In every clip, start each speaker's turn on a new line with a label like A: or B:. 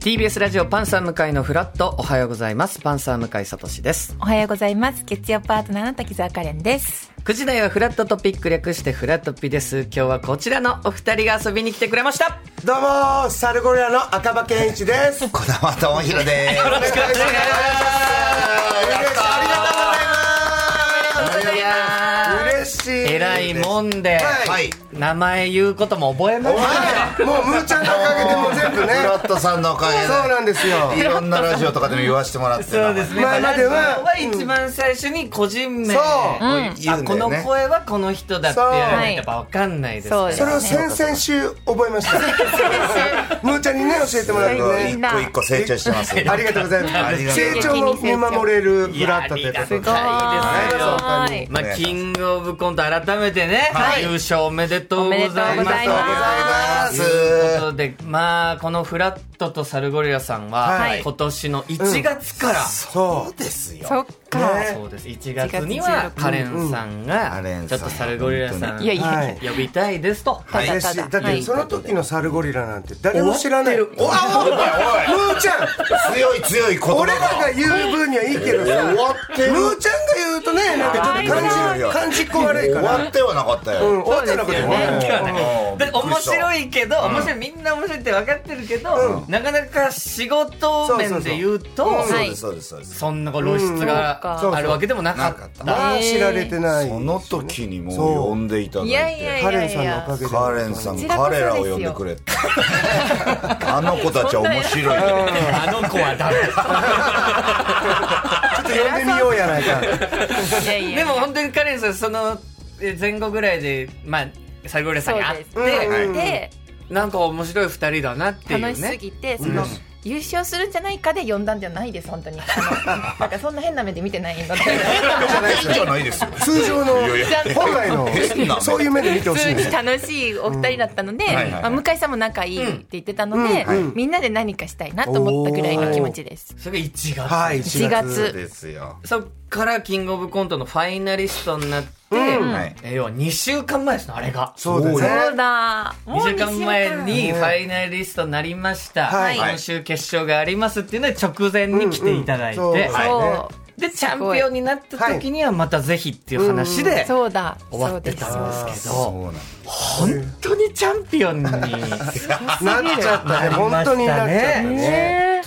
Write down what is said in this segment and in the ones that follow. A: TBS ラジオパンサー向井のフラットおはようございますパンサー向井聡です
B: おはようございます。月曜パートナーの滝沢カレンです。
A: 9時台はフラットトピック略してフラットピです今日はこちらのお二人が遊びに来てくれました
C: どうもーサルゴリラの赤羽健一です。よろしく
D: 小玉智弘です。よろしくお願いし
C: ありがとうございます。嬉しい。
A: 偉いもんで、
C: はい
A: 名前言うことも覚えました
C: はい。もうムーちゃんのおかげでもう全部ね。
D: フラットさんのおかげ
C: そうなんですよ。
D: で。いろんなラジオとかでも言わせてもらってた。
A: そうですね
C: 前までは
A: 前一番最初に個人名
C: そう
A: あ
D: 言うんだ
A: この
D: よね
A: 声はこの人だってやらないとやっぱ分かんないですから
B: そう
C: それを先々週覚えました。ムーちゃんにね教えてもらって
D: 一
C: ね。
D: 個一個成長してます。
C: ありがとうござい
D: あ
C: ま
D: りが
C: す。
D: とう
C: 成長を見守れるブラッドという
A: や
C: こと
A: りが
C: で。
A: たいですよ
B: はいはい
A: まあ、キングオブコント改めてね、
B: はい
A: 優勝おめでとうございます。
B: おめでとうございます
A: ということで、まあ、このフラットとサルゴリラさんは、
B: はい
A: 今年の1月から、
C: そ
D: ですよ。
B: そっか。
C: ね
A: そうです、1月には
B: 1月16
A: カレンさんが
D: カレ、ン
A: ち
D: さ
A: ょ
D: ん
A: っとサルゴリラさん
B: いやい
C: 当に
B: や、
C: はい
A: 呼びたいですと。
B: た
C: う。
B: だ
C: 嬉
B: た
C: しい。
B: だ。
C: だってその時のサルゴリラなんて誰も知らない。ム
D: おいお
C: ーちゃん、
D: いおい。強い強い言葉が。
C: 俺らが言う分にはいいけどさ。
D: 終わってる。
C: ムーちゃんが言うとね、なんかちょっと感
D: い
C: じ
D: やいや
C: 感じっこ悪い
D: 終
C: から。
D: わってはなかった
C: う
D: よ
C: ん、。大手のこと
A: よ
C: よ
A: ね
C: ね。
A: 今日はね
D: うん
A: で面白
D: い。
A: いけど、面白いみんな面白いって分かってるけど、なかなか仕事面で言うと
C: そ
B: そう
C: うそう
D: そう
B: は
D: で
B: い
D: すそうですそうです。
A: そんなこう露出があるわけでもなか
D: そう
A: っ
D: そう
A: た。
C: まあ知られてない。
D: その時にもう呼んでいただい
B: い
D: て。
B: やいやい
C: カレ
B: や
C: ン
B: い
C: さんのお
B: や。
C: かげで。
D: カレンさん
B: こちらこそです
D: 彼
B: よ
D: らを呼んでくれって あの子たちは面白い
A: あの子はダメ。
C: ちょっと呼んでみようやないか。
B: いやい や
A: でも本当にカレンさんそのえ前後ぐらいでまあサルゴリラさんに会っ
B: そうです
C: う
A: て
C: ん
B: でで、
A: なんか面白い二人だなっていう
B: 楽しす
A: ね
B: ぎて、その、優勝するんじゃないかで呼んだんじゃないです、本当に。あのなんかそんな変な目で見てないので。
D: いいじゃないですよ
C: 通常の
D: いやいや
C: 本来
D: 変
C: の
D: な目
C: そういう目で見てほ
B: 普
C: し
B: 通
C: いね。
B: に楽しいお二人だったので、
D: んはいはい
B: まあ、向井さんも仲いいって言ってたので、みんなで何かしたいなと思ったぐらいの気持ちです。
A: それが1月、
C: はい、
B: 1月。
D: ですよ
A: そっからキングオブコントのファイナリストになって、
D: はい
A: え要は2週間前ですねあれが
C: そうですね。
B: そうだ。もう
A: 2週
B: 二週
A: 間
B: 間
A: 前にファイナリストになりました、
C: はい
A: 今週決勝がありますっていうので直前に来ていただいて、
C: うんうんそう
A: はい
B: そ
A: でチャンピオンになった時にはまたぜひっていう話
B: う。
A: で
B: そうだ。
A: 終
B: そ
A: わ
B: う
A: って
B: です
A: たんですけ
D: そう
A: ど
D: なん
A: 本当にチャンピオンになり
C: なっちゃったね。本
A: ま
C: 当
A: し
C: にな
A: た
C: っちゃった。
A: ね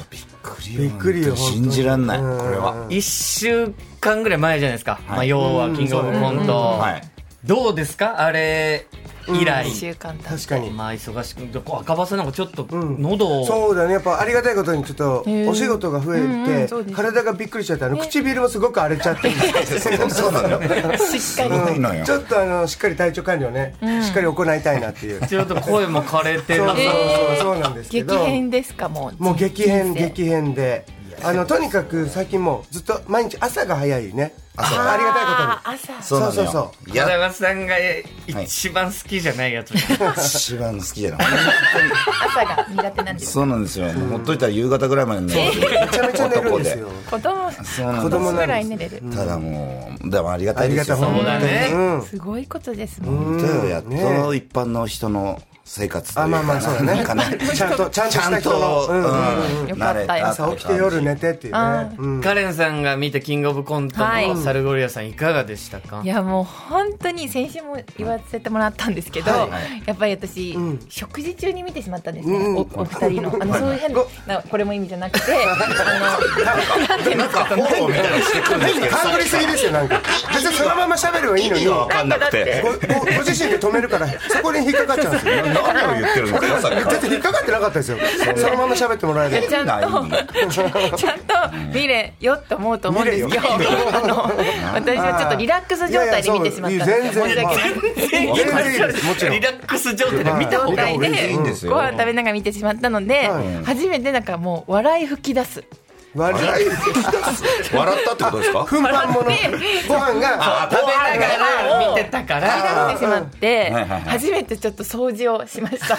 C: びっくりよ。
D: 信じらんないこ
C: うん
D: れは。
A: 1週間ぐらい前じゃないですか、まあ、要はキングオブコント、
D: はい
A: どうですかあれ以来、
B: 一週間経っ
C: 確かに。
A: まあ忙しく赤羽さんなんかちょっと
C: ん
A: 喉を、
C: そうだねやっぱありがたいことにちょっと
B: へー
C: お仕事が増
B: うんうん
C: え
B: そうで
C: て
B: す
C: 体がびっくりしちゃってあの唇もすごく荒れちゃってるんです
D: そう そうなのよ
B: た。しっか
D: すご
C: う
D: いのよ
C: んちょっとあのしっかり体調管理をねしっかり行いたいなっていう
A: ちょっと声も枯れて
C: そうそ
A: な
C: うそう
B: えー
C: そうなんです
B: り
C: け
B: 激
C: ど
B: 変ですかもう。
C: もう激変
B: 人生
C: 激変であのとにかく最近もうずっと毎日朝が早いねあ
D: 朝が
C: りがたいことに
B: あー朝。
D: そうなの
C: そうそう
D: よい
A: 小
D: や
A: 山さんが一番好きじゃないやつ、
D: 一番好きじゃない
B: 朝が苦手なんです。
D: そうなんですよもうほっといたら夕方ぐらいまで寝
C: めちゃめちゃ寝るんですよ
B: 子供
D: そうなん
C: 子
D: で
C: 供
B: ぐ
C: なん
B: ら
C: で
B: い
C: す
B: 寝れる。
D: すただもうでもありがたいですよ
C: ありがた
A: そ
C: い
A: うだね、
C: うん
B: すごいことですもん。
D: 本当よやっと
C: ね
D: の一般の人の生活とい
C: あ
D: うか
C: まあまあそうだ
D: な
C: ね
D: んかね
C: ちゃんとちゃんと
D: ちゃ
C: した
D: ん
C: 人
D: と
C: のうん
D: うん
B: よかったよ
C: 朝起きて夜寝てっていうねうん
A: カレンさんが見たキングオブコント
B: はい
A: のサルゴリラさんいかがでしたか
B: いやもう本当に先週も言わせてもらったんですけど、
D: はいはい
B: やっぱり私、
C: ん
B: 食事中に見てしまったんですね、
C: うん
B: おお二人のあのそういう変なこれも意味じゃなくてあの
D: なんかフォローみたいなのしてくるんですけど
C: 勘繰りすぎですよなんか別にそのまま喋ればいいのに
D: わ
C: ご
D: かんなくて
C: ごご自身で止めるからそこに引っかかっちゃうんですよ
D: 何を言ってるんですかさっき
C: だって引っかかってなかったですよそのまま喋ってもらえれば
B: ちゃん
D: ない
B: とちゃんと見れよって思うと思うんですけどあ の私はちょっとリラックス状態で見てしまったんですよ
C: いやいやそう
B: 申し訳ない
C: 全然いいですもちろん
A: リラックス状態で見た方
B: 状
A: が
B: 態
A: いい
B: で
D: いやいいんですよ
B: ご飯食べながら見てしまったので、
C: は
B: 初めてなんかもう笑い吹き出す
C: 悪い
D: 笑ったってことですか
C: 奮発者ご飯が
A: 食べながら見てたから
B: してしまって、
D: はいはいはい
B: 初めてちょっと掃除をしました。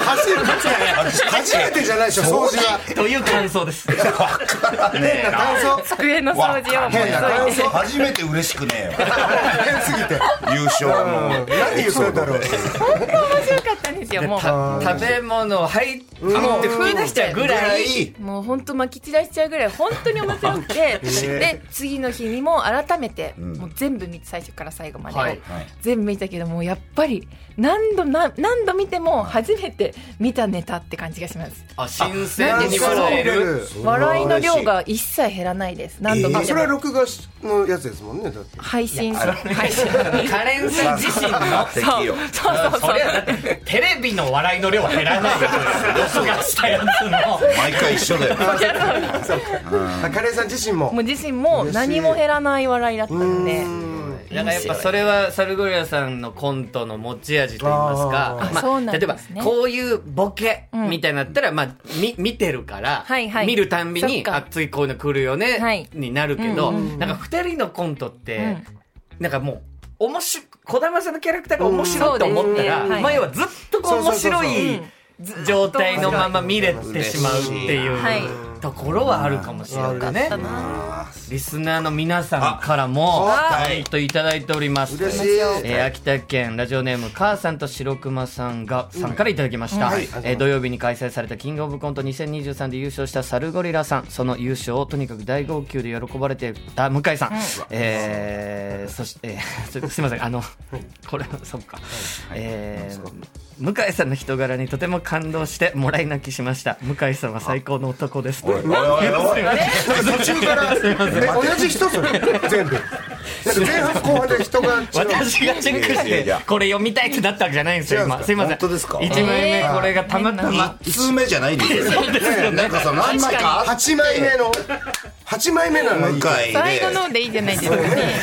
C: 初めてじゃないでしょ掃除が
A: という感想です
C: 変な感想
B: 机の掃除をもう
D: 変な
B: 急
D: 感
B: いで
D: 想初めて嬉しくねえよ
C: 変すぎて
D: 優勝はもう
C: 何言ってんだろう
B: 本当面白かかったんですよもう
A: た食べ物を入って吹き出しちゃうぐらい
B: もう本当まき散らしちゃうぐらい本当に面白く てで次の日にも改めて、
D: ん
B: もう全部見て最初から最後まで、
A: はい
D: はい
B: 全部見たけどもうやっぱり何度な何度見ても初めて見たネタって感じがします
A: あ新鮮に笑える
B: 笑いの量が一切減らないです何度見
C: あ
B: て
C: そ
B: も、
C: れは録画のやつですもんねだって
B: 配信
D: いやあれ
B: 配信
A: カレンさん自身の
D: 敵
B: そう
D: よ
B: そうそうそ
A: そうれはだってテレビの笑いの量は減らないよ録画したやつの
D: 毎回一緒だよ
C: あカレーさん自身も
B: もう自身も何も減らない笑いだったので
C: うん
A: だからやっぱそれはサルゴリラさんのコントの持ち味と言いますか
C: あ
B: ーそうなん
A: 例え
B: で
A: ば
B: すね
A: こういうボケみたいになったら、まあ、み見てるから、
B: はいはい
A: 見るたんび
B: そっ
A: に「
B: か
A: あ次こういうの来るよね」
B: はい
A: になるけど、
B: うん
A: なんか2人のコントって、なんかもう。面白児玉さんのキャラクターが面白いと思ったら、
B: うんそうですねはい
A: 前はずっとこう面白
C: そうそう
A: い状態のまま見れてしまうっていう
B: はい
A: ところはあるかもしれないね。リスナーの皆さんからも
D: あ
A: コメントいただいております。
C: 嬉しい
A: えー秋田県ラジオネーム母さんと白熊さんがさんからいただきました、
C: はい
A: えー土曜日に開催されたキングオブコント2023で優勝したサルゴリラさんその優勝をとにかく大号泣で喜ばれていた向井さん、えーそして、えー すすいませんあのこれはそっか、えー向井さんの人柄にとても感動してもらい泣きしました向井さんは最高の男です
D: おいおいおいおい
C: 途中 からえ同じ人それ全部だって前半後半で人が違う
A: 私がチェックし
D: いやいやい
A: て
D: や
A: これ読みたいってなったわけじゃないんですよ
D: 違うん
A: 今
D: ですか
A: すいません
D: 本当ですか
A: 1枚目これがたまたま
D: 一通目じゃないんですよなんかさ何枚かあっ
C: 八枚目の八枚目なのがい
D: 向
C: い
D: かい
B: 最後
D: で
B: のでいいじゃないですかね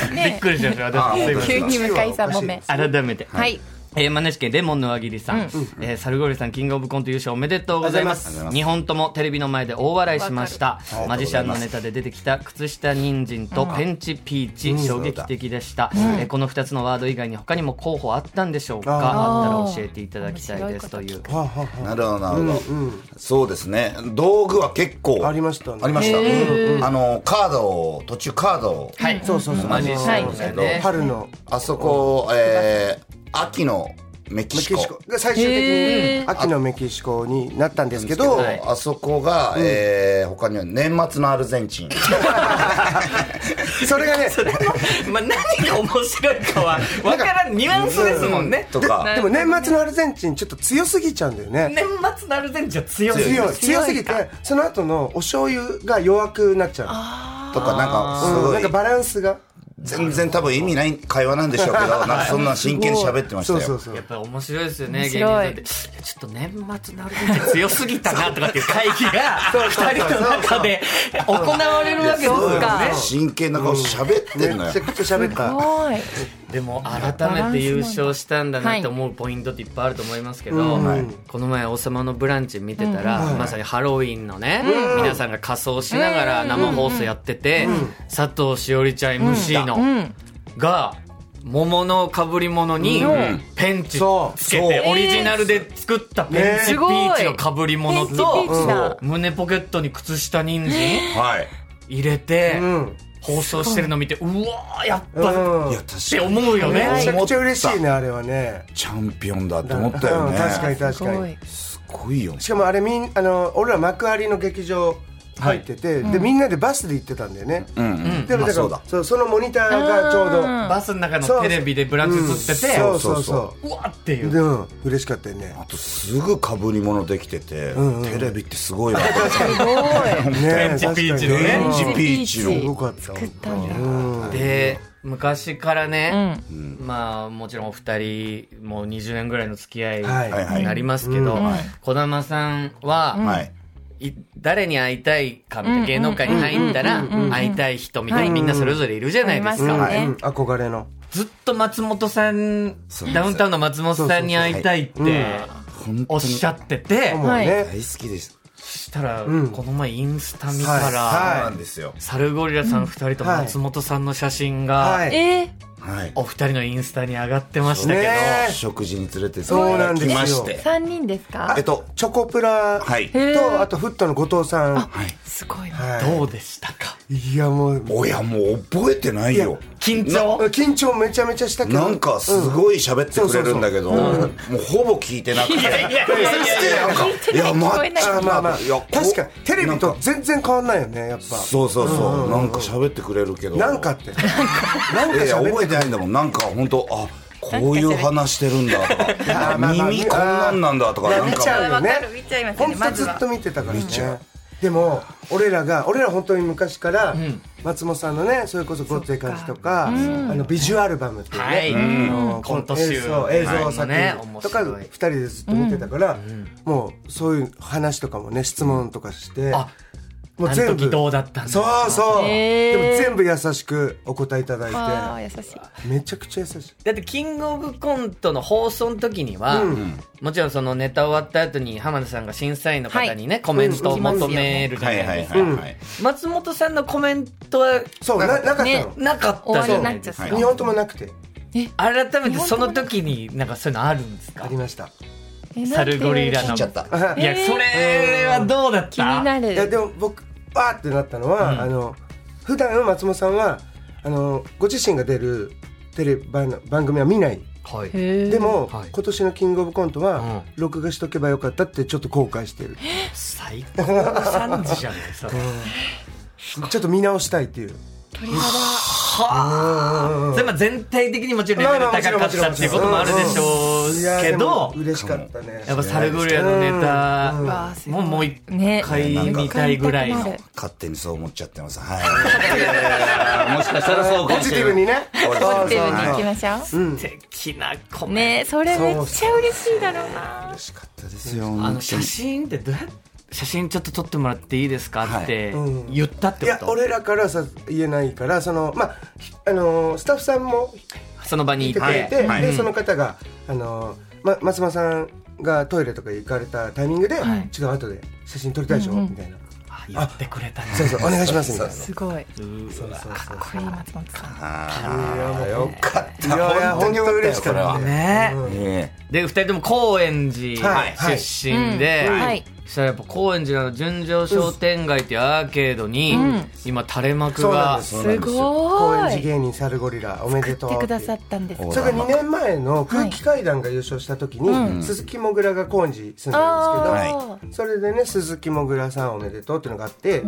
A: びっ
B: ね
A: くりしました私すいませ
B: 急
A: ん
B: に向井さんもめ
A: 改めて
B: はい
A: えー、マネシケレモンの輪切りさん、えーサルゴリラさんキングオブコント優勝おめでとうございま
D: あり
A: す
D: がとうございます
A: 2本ともテレビの前で大笑いしました
D: かる
A: マジシャンのネタで出てきた靴下人参とペンチピーチ、衝撃的でした、えーこの2つのワード以外に他にも候補あったんでしょうかあ
B: あー
A: ったら教えていただきたいですという
C: はあはあ
D: なるほどなるほどそうですね道具は結構
C: ありましたね
D: ありましたうんあのカードを途中カードを
A: はい
C: そうそうそう
D: マジ
C: あの
D: したんですけど
A: はい
C: 春の
D: あそこえー秋のメキ
C: メ
D: シ
C: キ
D: コ
C: シコが最終的に秋のメキシコになったんですけど
A: はい
D: あそこがえー他には年末のアルゼンチン
C: それがね
A: まあ、何が面白いかは分からんニュアンスですもんね
D: とか
C: でも年末のアルゼンチンちょっと強すぎちゃうんだよね
A: 年末のアルゼンチンは強い
C: 強い強すぎてその後のお醤油が弱くなっちゃ
D: とかなんか
C: う
D: す
C: うん
D: ご
C: ないんかバランスが
D: 全然多分意味ない会話なんでしょうけどなんかそんな真剣に喋ってましたよ
C: そうそうそ
A: や
C: う
A: っぱり面白いですよね
B: 面
A: 芸人さ
B: 白
A: ん
B: い
A: ってちょっと年末のアルゼンチン強すぎたなとかっていう会議が2 人の中で行われるわけですよ
B: そうか
A: ね
D: 真剣な顔喋ってんの
C: め
D: よ
C: ちゃくちゃ喋った
B: おい
A: でも改めて優勝したんだなって思うポイントっていっぱいあると思いますけど、
D: はい
A: この前「王様のブランチ」見てたら、まさにハロウィンのね、皆さんが仮装しながら生放送やってて、佐藤しおりちゃん MC の、が桃のかぶり物にペンチ
C: そ
A: つけて
D: そう
A: オリジナルで作ったペン
C: ね
A: チピーチのかぶり物
B: すごいペンチピーチ
A: と
B: だ
A: 胸ポケットに靴下人参
D: はい
A: 入れて
C: うん
A: 放送してるの見てうわーやっ
C: う
A: ぱっ
C: ん
D: いや確
A: て
D: かに
A: 思うよね。
C: めちゃくちゃ嬉しい
D: 思っ
C: ねあれはね
D: たチャンピオンだって思ったよ
C: う
D: ね
C: ん確かに
B: す
C: 確か
B: ご
C: に
B: い
D: すごいよ
C: しかもあれみんあの俺ら幕張の劇場入ってて、でみんなでバスで行ってたんだよね、
D: うんうん
C: でも
D: あ
C: だか
D: そ
C: ら
D: うだ
C: そうそのモニターがちょうど
B: あ
A: バスの中のテレビでブランチ映ってて、う
C: そう
D: そ
C: そうう
D: そ
C: そう、
A: わっていうう。
C: うん、嬉しかったよね
D: あとすぐかぶり物できててテレビってすごいな
B: すごい
A: ペ
C: ね
A: ンチピーチの
C: 確か
A: ね
D: オレンジピーチ
C: にす
D: の
C: ごかった
B: 作ったんだ
A: で昔からね、まあもちろんお二人もう20年ぐらいの付き合い
C: はい
D: はいはい
A: になりますけど児玉さんは、
D: はい
A: い誰に会いたいかみたいな芸能界に入ったら会いたい人みたい
B: はい
A: なみんなそれぞれいるじゃないです
B: あり
A: か
B: ま
C: は
B: す
C: い、
B: ね
C: うん、憧れの
A: ずっと松本さん
D: そう
A: ダウンタウンの松本さんに会いたいって
D: 本
A: おっ
D: 当に
A: しゃってて
C: もうね、
D: 大好きです
A: したら
C: ん
A: この前インスタ見た
D: そう
A: ら
D: なんですよ
A: サルゴリラさん2人と松本さんの写真が
C: はい
B: えー
D: ははい
A: お二人のインスタに上がってましたけど、
C: ねえ
D: 食事に連れて
C: そうなんですよ
D: 来まして
B: 三人ですか
D: えっと
C: チョコプラ
D: はい
C: とあとフットの後藤さん
B: すごいな
C: は
A: どうでしたか
C: いいやもう
D: 親もう覚えてないよ
A: 緊張
C: 緊張めちゃめちゃしたけど
D: なんかすごい喋ってくれるんだけど、もうほぼ聞いてなくて。いやいやいなんか、いや、ま
B: 聞こえない
C: あーまあまあ
D: いやこう
C: 確かにテレビ
D: な
C: と
D: んか
C: 全然変わんないよねやっぱ
D: そうそうそう、なんか喋ってくれるけど。
C: なんかってなん
D: い
C: か
D: やいや、
C: 喋
D: 覚え
C: って
D: てないんだもん。なんか本当あ、こういう話してるんだとか、耳こんなんなんだとか、
C: いや
D: なん
C: 見ちゃ
D: か、
C: うよね
B: わかる見ちゃいますよね
C: 本当
B: まず
C: ず
B: は
C: っと見てたからねでも俺らが俺ら本当に昔から松本さんのねそれこそ「ゴッツェ感じ」とかあのビジュアルバムっていうね
A: はい、うんコント集
C: 映像映像作
A: ね
C: 品
A: 面
C: とか
A: 白
C: 2
A: い
C: 人でずっと見てたから、もうそういう話とかもね質問とかして、
A: あ
C: もう全
A: あの時
C: 部
A: どうだったんですか
C: そうそう、
B: へー
C: でも全部優しくお答えいただ
B: ああ
C: い
B: 優しい
C: てめちゃくちゃ優しい
A: だってキングオブコントの放送の時には、もちろんそのネタ終わった後に浜田さんが審査員の方にね、コメントを求めるじゃ
D: は
A: ない
D: い
A: ですか、
D: はいはいはい。
A: 松本さんのコメントは
C: そうななかったの、
B: ね
A: なかっ
B: 終
A: た
B: わ
A: じ
B: り
A: ゃ
B: に
A: な
B: ないっちゃ
A: で
B: っ
A: す
B: た
A: か
C: 2本ともなくて
A: 改めてその時になんかそういうのあるんです
C: あ
A: か
C: りました
B: え
A: サルゴリラ
B: な
A: の
B: んて
A: い
D: ちゃった。
A: やそれはどうだっ
B: 気に
A: た
B: なる
C: いやでも僕わーってなったのは、あの普段松本さんはあのご自身が出るテレビ番番組は見ない
A: はい
B: へー
C: でも、
A: はい
C: 今年の「キングオブコント」は、録画しとけばよかったってちょっと後悔してる
A: 最高の惨事じゃないですか
C: ちょっと見直したいっていう
B: 鳥肌
A: それまあ全体的にもちろんレベル高かったっていうこともあるでしょう
C: いやー
A: け
C: でも
A: ど
C: 嬉しかったね
A: やっぱサルゴリラのネタ
B: わあす
A: も
B: ごいう
A: もう一
B: ね
A: 回見たいぐらいの
D: 勝手にそう思っちゃってます。 はい。もしかしたらそう
C: ポジティブにね
D: ポジティ
B: ポジティブに行き
C: ね
B: ましょ
A: 素敵なコ
B: う
A: メン
B: ねそれめっちゃ嬉しいだろうな
D: 嬉しかったですよ。
A: トあの写真ってどうやって写真ちょっと撮ってもらっていいですかって言ったっ
C: い
A: て
C: や
A: こと
C: 俺らからさ言えないからそのまあひあのースタッフさんも
A: その場にい
C: 出て
A: て
C: くれて
D: はい
C: で
D: はい
C: その方があのーま松本さんがトイレとか行かれたタイミングで
B: はい
C: ちょっと後で写真撮りたいでしょみたいな
A: あ言ってくれたね
C: そう そうお願いしますみたいな
B: すごいか
C: そうそうそう
B: っこいい松本さん
D: ああ、よかっ
C: いやいや
D: た。本当によかった
C: 本当に
D: よ、
C: 嬉し
D: それ
C: か
D: は
C: った。
A: ね
D: ええ
A: で二人とも高円
C: はい
A: 寺
C: はい
A: 出身で、
B: うんはい
A: そしたらやっぱ高円寺の純情商店街っていうアーケードに、今垂れ幕
C: そうなん
A: が
C: です
D: そうな
B: す
D: んですよ
B: ご
C: 高円寺
B: い
C: 芸人サルゴリラおめでとう
B: 来て
C: って
B: く
C: いう
B: ださったんです
D: お
C: それが2年前の空気階段が優勝した時に、鈴木もぐらが高円寺住んでるんですけど、
B: あ
C: それでね鈴木もぐらさんおめでとうっていうのがあって、
D: はい。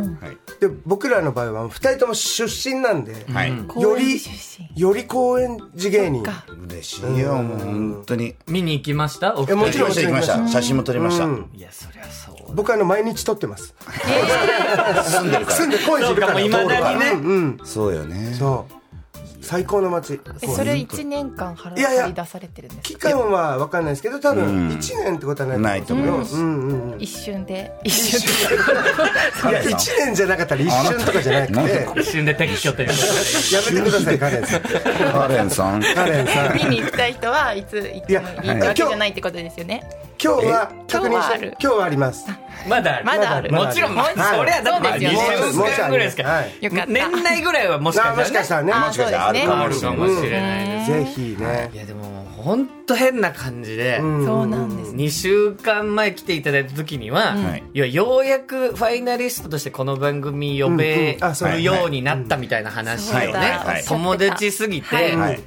C: で僕らの場合は2人とも出身なんで、
D: はい。
B: ー
C: よ
B: 高円
C: り
B: 寺出身
C: より高円寺芸人
B: そっか
D: 嬉しいよ、もう本当に。
A: 見に行きましたお二
C: も
D: 行
C: ち
D: き
A: 人
C: ろん
D: ました、行きました。写真も撮りました。
C: うん
A: いやそりゃそう
C: 僕あの毎日撮ってます
D: 住んでるか
C: 住んで高円寺いるか
A: そうかも
C: ら
A: う未だにね
C: 道路がうんうん
D: ら。そうよね。
C: そう最高の街
B: えそれ一年間払
C: いやいや
B: い出されてるんです
C: 期間は分かんないですけど多分1年ってことはな
D: ないい
C: と
D: と
C: 思
D: 思
C: う
D: い
C: よ
D: ます
C: うんうんうんい
B: 一瞬で一瞬で
C: や1年じゃなかったら一瞬とかじゃなくて
D: なんで
C: や
A: 一瞬で撤去ということ
C: めてくださいカレンさん
D: カレンさん。
C: カレンさん
B: 見に行きたい人はいつ行ってもいいってわけじゃないってことですよね。
C: 今日は確
B: 今
C: 認
B: 日は
C: し
B: あ
C: て
B: る
C: 今日はあります。
A: でまだある
B: まだある
A: もちろん、
B: まだある
A: まあそりゃだって
B: そうですよね
A: 2週間ぐらいですから、
C: はい
B: よかった。
A: 年内ぐらいはもしか
C: あも
A: し
C: し
A: た
C: からしたらね、
B: あ
D: もしかしたらあるか
A: あ
D: も
A: る
D: しれ
A: か
D: ない
A: もしれないです、
B: ね
C: ぜひね
A: い。やでも本当変な感じで、
B: そうなんです。
A: 2週間前来ていただいた時には、
D: はい
A: いやようやくファイナリストとしてこの番組呼べ
C: うんあそう
A: るようになったみたいな話をね、
D: はいはい
A: 友達すぎて、
D: はい。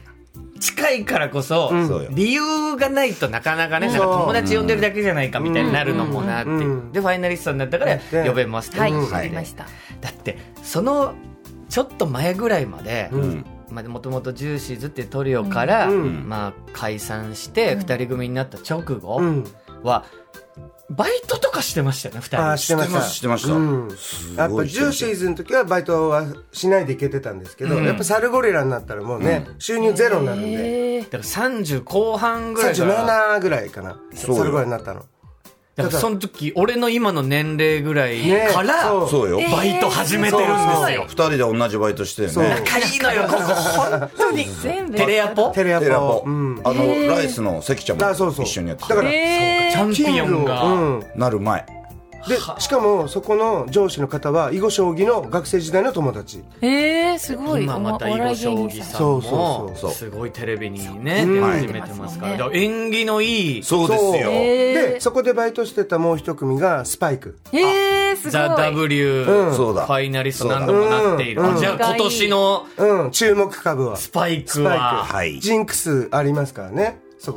A: 近いからこそ、
D: そうよ
A: 理由がないとなかなかね、
C: ん
A: なんか友達呼んでるだけじゃないかみたいになるのもなって、
C: うん
A: でファイナリストになったから
C: で
A: 呼べますって
B: はい、
A: 言っ
B: わ
A: て
B: かりました。
A: だってそのちょっと前ぐらいまで、まあ、もともとジューシーズっていうトリオから、
C: うん
A: まあ、解散して2人組になった直後
C: うん。
A: は、バイトとかしてましたよね2
C: あ
A: 人
C: ーしてました。
D: 知ってました
C: うん
D: す
C: やっ
D: ご
C: ぱ
D: い
C: ジューシーズの時はバイトはしないでいけてたんですけど、
A: うん
C: やっぱサルゴリラになったらもうね、収入ゼロになるんで、
B: へー
A: だから30後半ぐらいからだか
C: 37ぐらいかな、サ
D: そうよ
C: ルゴリラになったの。
A: らその時俺の今の年齢ぐらい
C: ね
A: から、
C: そう
D: そうよ。
A: バイト始めてるんですよ
D: 二人で同じバイトして
C: そう
D: ね。
A: 仲いいのよここ本 当に
B: 全部
A: テレアポ
C: テレア
D: テラポ
C: ポ。うん。
D: あの、ライスの関ちゃんも
C: だそうそう。
D: 一緒にやって
C: だ
D: た
C: から、
B: え
A: チャンピオンが、
C: うん。
D: なる前。
C: でしかもそこの上司の方は囲碁将棋の学生時代の友達
B: えー、すごい
A: 今また囲碁将棋さん
C: そうそうそ
A: も
C: う
A: すごいテレビにね
C: そう
A: 出
C: か
A: 始めてますから
B: はい
A: だから縁起のいい
D: そうですよ。
B: え
C: でそこでバイトしてたもう一組がスパイク
B: ー、えー、すごい
A: ザ・ W
C: うん
A: フ
D: そうだ
A: ァイナリスト何度もなっている
C: うん
A: あじゃあ今年の
C: うん注目株は
A: スパイク
C: ス
A: は
D: はい。
C: ジンクスありますからねそう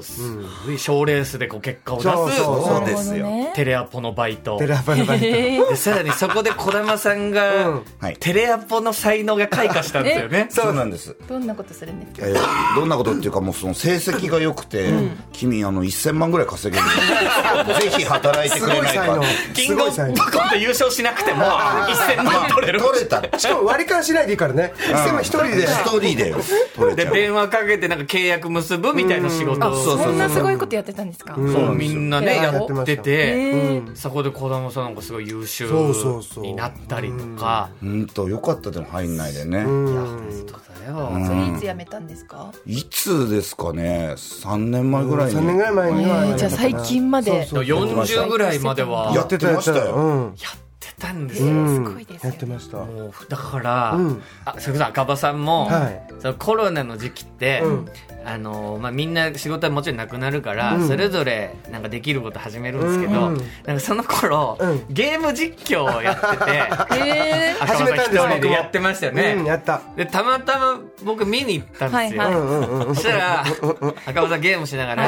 C: うん
A: 賞レースでこう結果を出
C: そうそう
A: す
D: そうですよ。
A: テレアポのバイト
C: テラバのバイト
B: えー
A: でさらにそこで児玉さん
C: う
A: が
C: ん
D: はい
A: テレアポの才能が開花したんですよ ね
D: そうなんです。
B: どんなことするんですか。
D: えーどんなことっていうかもうその成績が良くて、君あの1000万ぐらい稼げ る。ぜひ働いて
C: す
D: く
C: ご
D: れ
C: い
D: ない
C: 才
D: か
C: 能。
A: キン
C: す
A: グ
C: ご
A: オ
C: い才
A: ブ
C: 能
A: コント優勝しなくても1000万取れる
D: 取れた。
C: しかも割り勘しないでいいからねでも一人で
D: ストーリーで取れ
A: で
D: ちゃう。
A: 電話かけてなんか契約結ぶみたいな仕事を
D: そうそう
B: そんなすごいことやってたんですか。
A: そうみんなね
B: うん
A: やってて、
B: え
A: そこで児玉さんなんかすごい優秀
C: そうそうそう
A: になったりとか
D: うんとよかったでも入んないでね。
A: そうだよ
B: ー、それいつ辞めたんですか。
D: いつですかね。3年前ぐらいに。
C: 3年ぐらい前には
B: えーじゃあ最近まで
C: そうそうそう
A: 40ぐらいまでは
D: や
A: や
D: っ
A: って
D: ました
C: う
D: よ。
C: ん
A: てたんです
C: う
A: よ、
C: ん
B: すごいです
C: や
B: よ
C: ってました
A: もうだから、
C: うん
A: あそれこそ赤羽さんも、
C: はい
A: そのコロナの時期って、
C: うん
A: あのまあ、みんな仕事はもちろんなくなるから、
C: うん
A: それぞれなんかできること始めるんですけど、
C: うん
A: なんかその頃、
C: うん
A: ゲーム実況をやってて
B: えー、
A: 赤羽さ
C: 始め
A: ん
C: たんです
A: 一人
C: 僕
A: で
C: も
A: やってましたよね、
C: うんやった
A: でたまたま僕見に行ったんですよ、
B: はいは
C: うんうんうん
A: そしたら赤羽さんゲームしながら、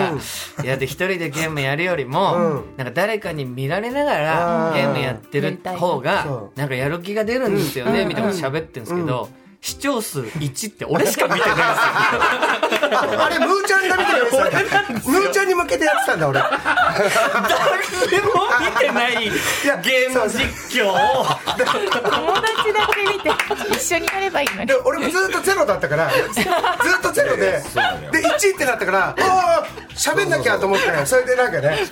A: いやで一人でゲームやるよりも、
C: うん
A: なんか誰かに見られながら
C: あー
A: ゲームやってる方が
C: そう
A: なんかやる気が出るんですよね、
B: うん
A: みたいなこと喋ってるんですけど、視聴数1って俺しか見てないんですよ。
C: あれムーちゃんが見て るやつだムーちゃんに向けてやってたんだ俺
A: 誰も見てない
C: や
A: ゲーム実況を
B: 友達だけ見て一緒にやればいいのに
C: で。俺もずっとゼロだっ たからずっとゼロでで1ってなったからああ喋んなきゃと思ったよそれでなんかねね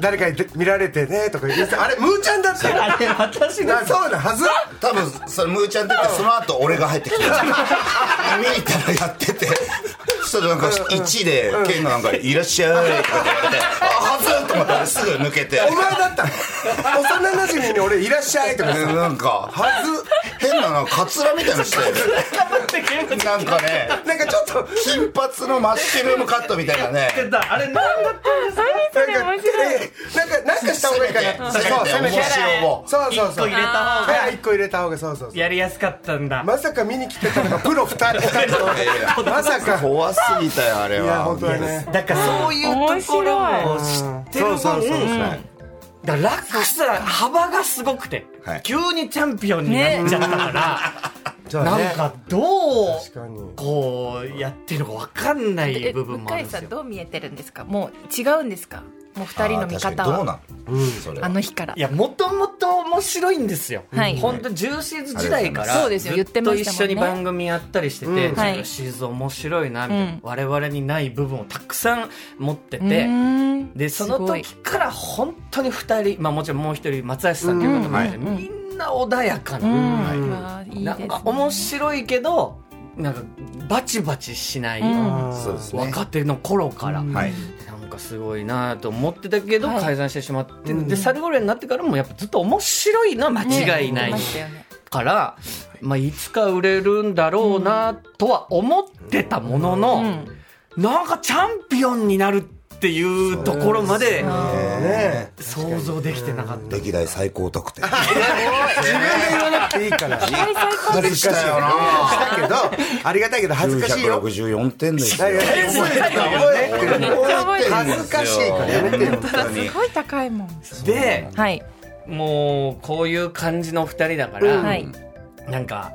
C: 誰かに見られてねとか言ってあれムーちゃんだって
A: あれ私の
C: なそうなはず
D: 多分そのムーちゃん出てその後俺が入ってきて見 に行ったらやっててそしたらなんか1でケンがなんか「いらっしゃい」とか言われて「あはず!」と思ったらすぐ抜けて
C: お前だったの幼なじみに俺いらっしゃいとか
D: ねなんかはず変ななんかカツラみたいなのしてなんかね
C: なんかちょっと
D: 金髪のマッシュルームカットみたいなね
A: あれなんだった
B: 何それ面白い。
C: なんかなんかした方がいいかな
D: せめて
C: そう
D: 面白を
C: そうそう
A: 1
C: そ
A: 個
C: う
A: 入れた方が
C: あ1個入れた方がそうそうそう
A: やりやすかったんだ、
C: まさか見に来てたのがプロ2人まさか
D: 怖すぎたよあれ
C: いや
D: は
C: 本当だね
A: だからそういうところを知ってる分、
C: うんそうそうそうそ
A: だ
C: う
A: からラックスは幅がすごくて、
D: はい
A: 急にチャンピオンになっちゃったから、
C: ね
A: なんかどう
C: 確かに
A: こうやってるのか分かんない
B: え
A: 部分もあ
B: 向
A: る
B: 井
A: んです
B: さん
A: よ。
B: どう見えてるんですか。もう違うんですか。もう
D: あ
B: 二人の
D: ー
B: 見
D: 確
B: 方
D: かにどう
B: は
D: なのそれ
B: あの日から
A: い。やもともと面白いんですよ、
B: はい
A: 本当ジューシーズ時代から
B: そうですよ
A: ず
B: 言
A: っ
B: ってま
A: と
B: した
A: 一
B: もんね
A: 緒に番組やったりしてて、
C: うん
A: ジューシーズ面白いなみたいな、
B: うん
A: 我々にない部分をたくさん持って
B: う
A: て、
B: ーん
A: でその
B: すごい
A: 時から本当に2人、まあ、もちろんもう一人松橋さんという方もいて、
B: うん
A: みんな穏やかな、
B: うん
A: はいう
B: わーいい
A: な
B: です
A: ん
B: ね
A: か面白いけどなんかバチバチしない、
B: うん
D: そうですね
A: 若手の頃から、
D: はい
A: なんかすごいなと思ってたけど
B: はい
A: 解散してしまって、でサルゴリラになってからもやっぱずっと面白いのは間違いない
B: ね言ってましたよね
A: から、まあ、いつか売れるんだろうなとは思ってたものの、
B: ん
A: なんかチャンピオンになるっていうところまで
C: ね
A: 想像できてなかった。
D: 歴代最高得点
C: 自分で言わなくていいから
D: びっくりしたよな
C: だけどありがたいけど恥ずかしいよ
D: 964点ですよ
C: いやいや覚えてる覚えてる恥ずかしいからやめてよ
B: すごい高いもん
A: で
B: はい
A: もうこういう感じの2人だから、
B: はい
A: なんか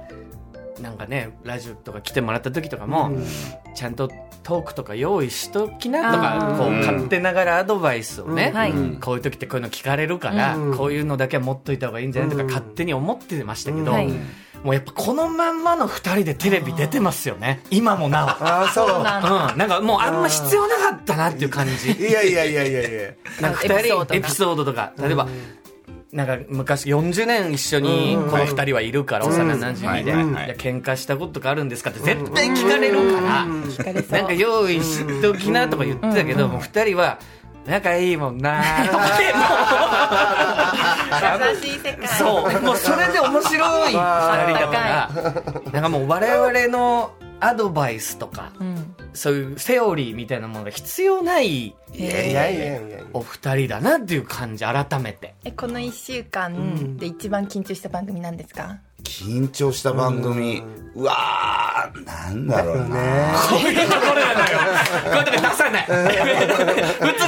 A: なんかねラジオとか来てもらった時とかも、ちゃんとトークとか用意しときなと
B: あ
A: か
B: ー
A: こう
D: うん
A: 勝手ながらアドバイスをね、
C: うん
B: はい
A: こういう時ってこういうの聞かれるから、
C: うん
A: こういうのだけは持っといた方がいいんじゃないとか
C: うん
A: 勝手に思ってましたけど、
B: はい
A: もうやっぱこのまんまの2人でテレビ出てますよね今もなお。
C: ああそう
B: なん
A: うん、なんかもうあんま必要なかったなっていう感じ。
C: いやいやいやいやいや
A: なんか
B: エピソ
A: 2
B: ード
A: 人
B: が
A: エピソードとか例えば、なんか昔40年一緒にこの2人はいるから、幼なじみで、
D: はい
A: い
D: はいはい
A: や喧嘩したこととかあるんですかって絶対聞かれるから、
B: 聞かれそう
A: なんか用意しときなとか言ってたけど、もう2人は。仲いいもんなとかでも
B: 優しい世界
A: そうもうそれで面白い2人だからなんかもう我々のアドバイスとか、
B: うん
A: そういうセオリーみたいなものが必要ない
C: いやいやいやいや
A: お二人だなっていう感じ改めて
B: えこの1週間で一番緊張した番組なんですか、
D: 緊張した番組うわーなんだろうな
A: こういうところなのよこういうとこ出さない普通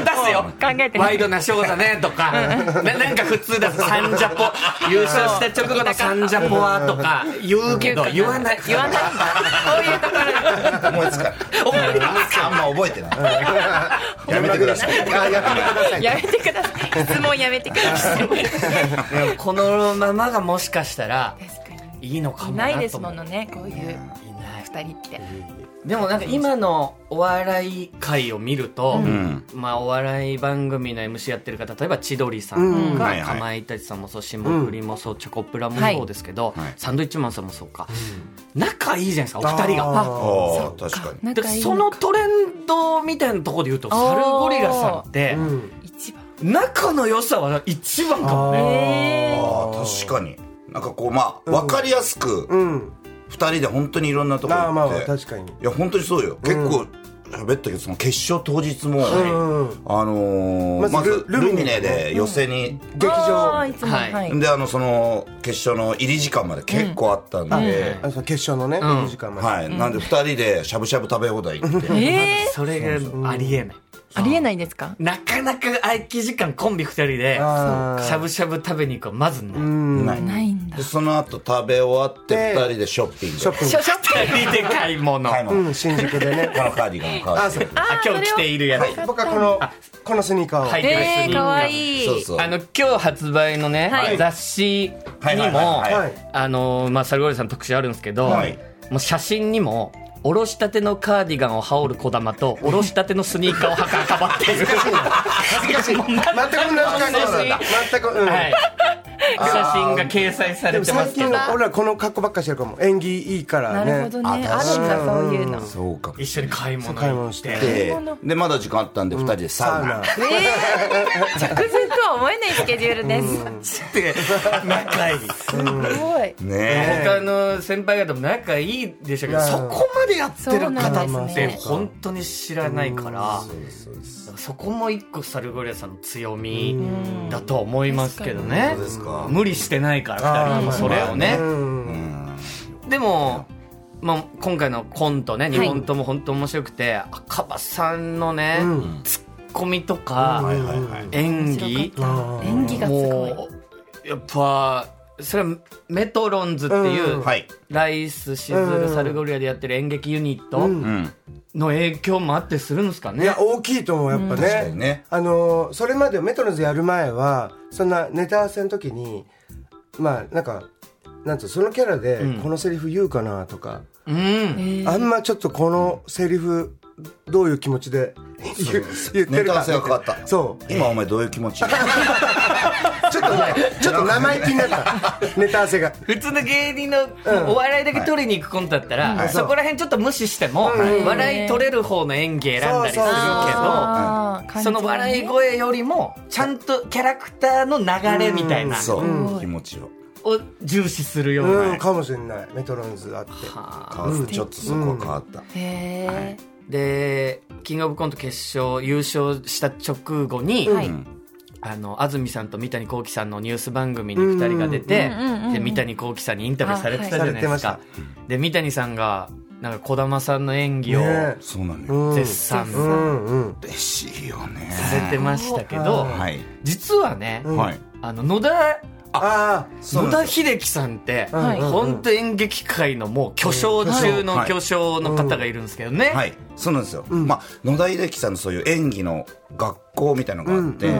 A: 出すよ
B: 考えてない
A: ワイドなショーだねとかななんか普通だとサンジャポ優勝した直後のサンジャポはとか言うけど言わない
B: 言わないんだこういうところで
D: 思いつかないあんま覚えてないやめてください
C: あやめてください
B: やめてください質問やめてく ださい
A: でもこのままがもしかしたら
B: 確かに
A: いいのかもなと
B: な
A: 思う
B: いですものねこういう
A: いない
B: 2人って
A: でもなんか今のお笑い界を見ると、まあお笑い番組の MC やってる方例えば千鳥さんと
D: うんはい
A: かか
D: はい
A: まいたちさんもそう霜降りもそうチョコプラもそうですけど、
D: はいはい
A: サンドイッチマンさんもそうか、仲いいじゃないですかお二人
C: あ
A: が。
D: ああ確かに
A: で
B: 仲いい
A: そのトレンドみたいなところで言うと
B: あー
A: サルゴリラさんって
C: うん
B: 一番
A: 仲の良さは一番かもね。
B: えー
D: あー確かになんかこうまあ分かりやすく
C: うん
D: 2人で本当にいろんなとこ
C: まあま
D: 行
C: あ
D: っ
C: まあ
D: て
C: 確かに
D: いや本当にそうよ結構喋ったけどその決勝当日も、
C: うん
D: あのー
C: ま
D: ま
C: ず
D: ず
C: ル
D: ル
C: ルミ
D: ミ
C: ネ
D: ネで寄せに、
C: 劇
B: あー
C: 場
B: いつも
A: は
B: はいい、
D: であのその決勝の入り時間まで結構あったんで、
C: あそう決勝のね
A: ん
C: 2時間前
D: はい、なんで2人でしゃぶしゃぶ食べ放題行って、
B: え
A: それがありえない。
B: ー、ありえないんですか
A: なかなか空き時間コンビ二人でし
C: あー
A: ゃぶしゃぶ食べに行くはまずない。
C: うん
D: ない
B: ないんだ
D: でその後食べ終わって
C: で
D: 2人でショッピング
C: ショッピン
B: し
C: グ
B: ょしょ
A: 二人で買い物。
D: 買い物、
C: うん新宿でね
D: このカーディガンを買わ
C: あ
D: せ
C: そう
D: て
A: あ今日着ているやつ。
C: 僕はこのこのスニーカーを
A: はい
B: えー、かわいい
D: そうそう
A: あの今日発売のね、
B: はい
A: 雑誌
D: はい
A: に
D: はい
A: も
D: はい
C: はい
A: あのまあサルゴリラさんの特集あるんですけど、
D: はい
A: もう写真にも。おろしたてのカーディガンを羽織る小玉と、おろしたてのスニーカーをはかかばっている。
C: 恥ずかしい全く
A: そ
C: 同じ感じ
A: うなんだ
C: 全くうん
A: はい。写真が掲載さ
C: で
A: れ
C: も
A: てま
C: 最
A: すけ
C: 近
A: ど。
C: 俺らこの格好ばっかしてるかも縁起いいから
B: な
C: ね
B: るほどねあ
D: あ
B: るん
D: 確かに
B: だそういうの
D: そうか
A: 一緒に買い物
C: 買い
A: 行
C: 物
A: っ。
C: してて
D: ででまだ時間あったんで2人でサ
C: サ
D: ウ
C: ウ
D: ナ、
C: ナ
B: えー、直前とは思えないスケジュールです、
A: って仲いい。
B: すごい
D: ね
A: 他の先輩方も仲いいでしたけど、
C: いや
A: そこまでやってる方
B: そうなん
A: っ
B: です
A: て
B: ね
A: 本当に知らないから、そこも一個サルゴリラさんの強みだとは思いますけどね
D: そうですか
A: 無理してないか
C: あ
A: ら二
C: ー
A: 人もそれをね
C: う
D: え、
C: ん
D: うん
A: でも、まあ、今回のコントね2本とも本当面白くて、赤羽さんのね、
C: うん
A: ツッコミとか、
D: はいはいはい
A: 演技
B: 面白かった演技がすごい
A: もうやっぱそれはメトロンズっていう、
C: うん
D: はい
A: ライスしずるサルゴリラでやってる演劇ユニット
C: うん
D: うん
A: の影響もあってするんですか
C: い
A: ね
C: や大きいと思うやっぱね,、
D: 確かにね
C: あのーそれまでメトロンズやる前はそんなネタ合わせの時にまあなんかなんつうそのキャラで
A: うん
C: このセリフ言うかなとか、
A: うん
C: あんまちょっとこのセリフどういう気持ちで 言う言って
D: ネ
C: る
D: タ合
C: か
D: わせがかかった
C: そう
D: 今お前どういう気持ち
C: ちょっとねちょっと生意気になったネタ合わせが
A: 普通の芸人の
C: うん
A: お笑いだけ取りに行くコントだったら、
D: はい
A: そこら辺ちょっと無視しても、
C: うん
A: 笑い取れる方の演技選んだりするけど
C: そうそう
B: あー
A: その笑い声よりもちゃんとキャラクターの流れみたいな
D: そう、
B: うん
D: 気持ちを
A: を重視するよう
C: う。
A: なん
C: かもしれないメトロンズあって
A: はあ
D: 変わったちょっとそこは変わった、
B: へえ
A: で「キングオブコント」決勝優勝した直後に、
B: はい
A: あの安住さんと三谷幸喜さんのニュース番組に2人が出て、
B: うんうんうんうん
A: で三谷幸喜さんにインタビューされてたじゃない
C: あ
A: で
C: はい
A: すか、
C: され
A: で三谷さんがなんか児玉さんの演技を
C: ね
D: そうなの
C: う
D: よ
C: ん
A: 絶賛
C: う
A: さ
C: んうん
D: 嬉しいよね
A: せてましたけど、
C: うん
D: はい、
A: 実はね、
C: うん
D: はい
A: あの野田
C: ああ
D: そう
A: 野
D: な
A: 田
D: んですよ
A: 秀樹さんって、
C: うん
B: はい
A: 本当演劇界のもう巨匠中の巨匠の方がいるんですけどね、
D: はいそうなんですよ、まあ、野田秀樹さんのそういう演技の学校みたいなのがあって、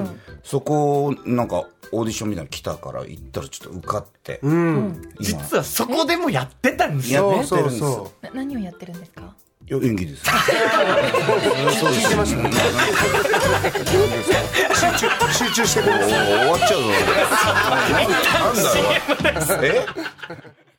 D: そこをなんかオーディションみたいなの来たから行ったらちょっと受かって、
C: うん
D: 今
A: 実はそこでもやってたんですよ
D: や
A: ね
C: そう
D: ってる
C: そ
D: ん
C: う
D: ですよ
C: そ
B: な何をやってるんですか
D: いや演技 です
C: う聞いてました集中集中してく
D: お
C: れ
D: ー終わっちゃうぞなんだろうえ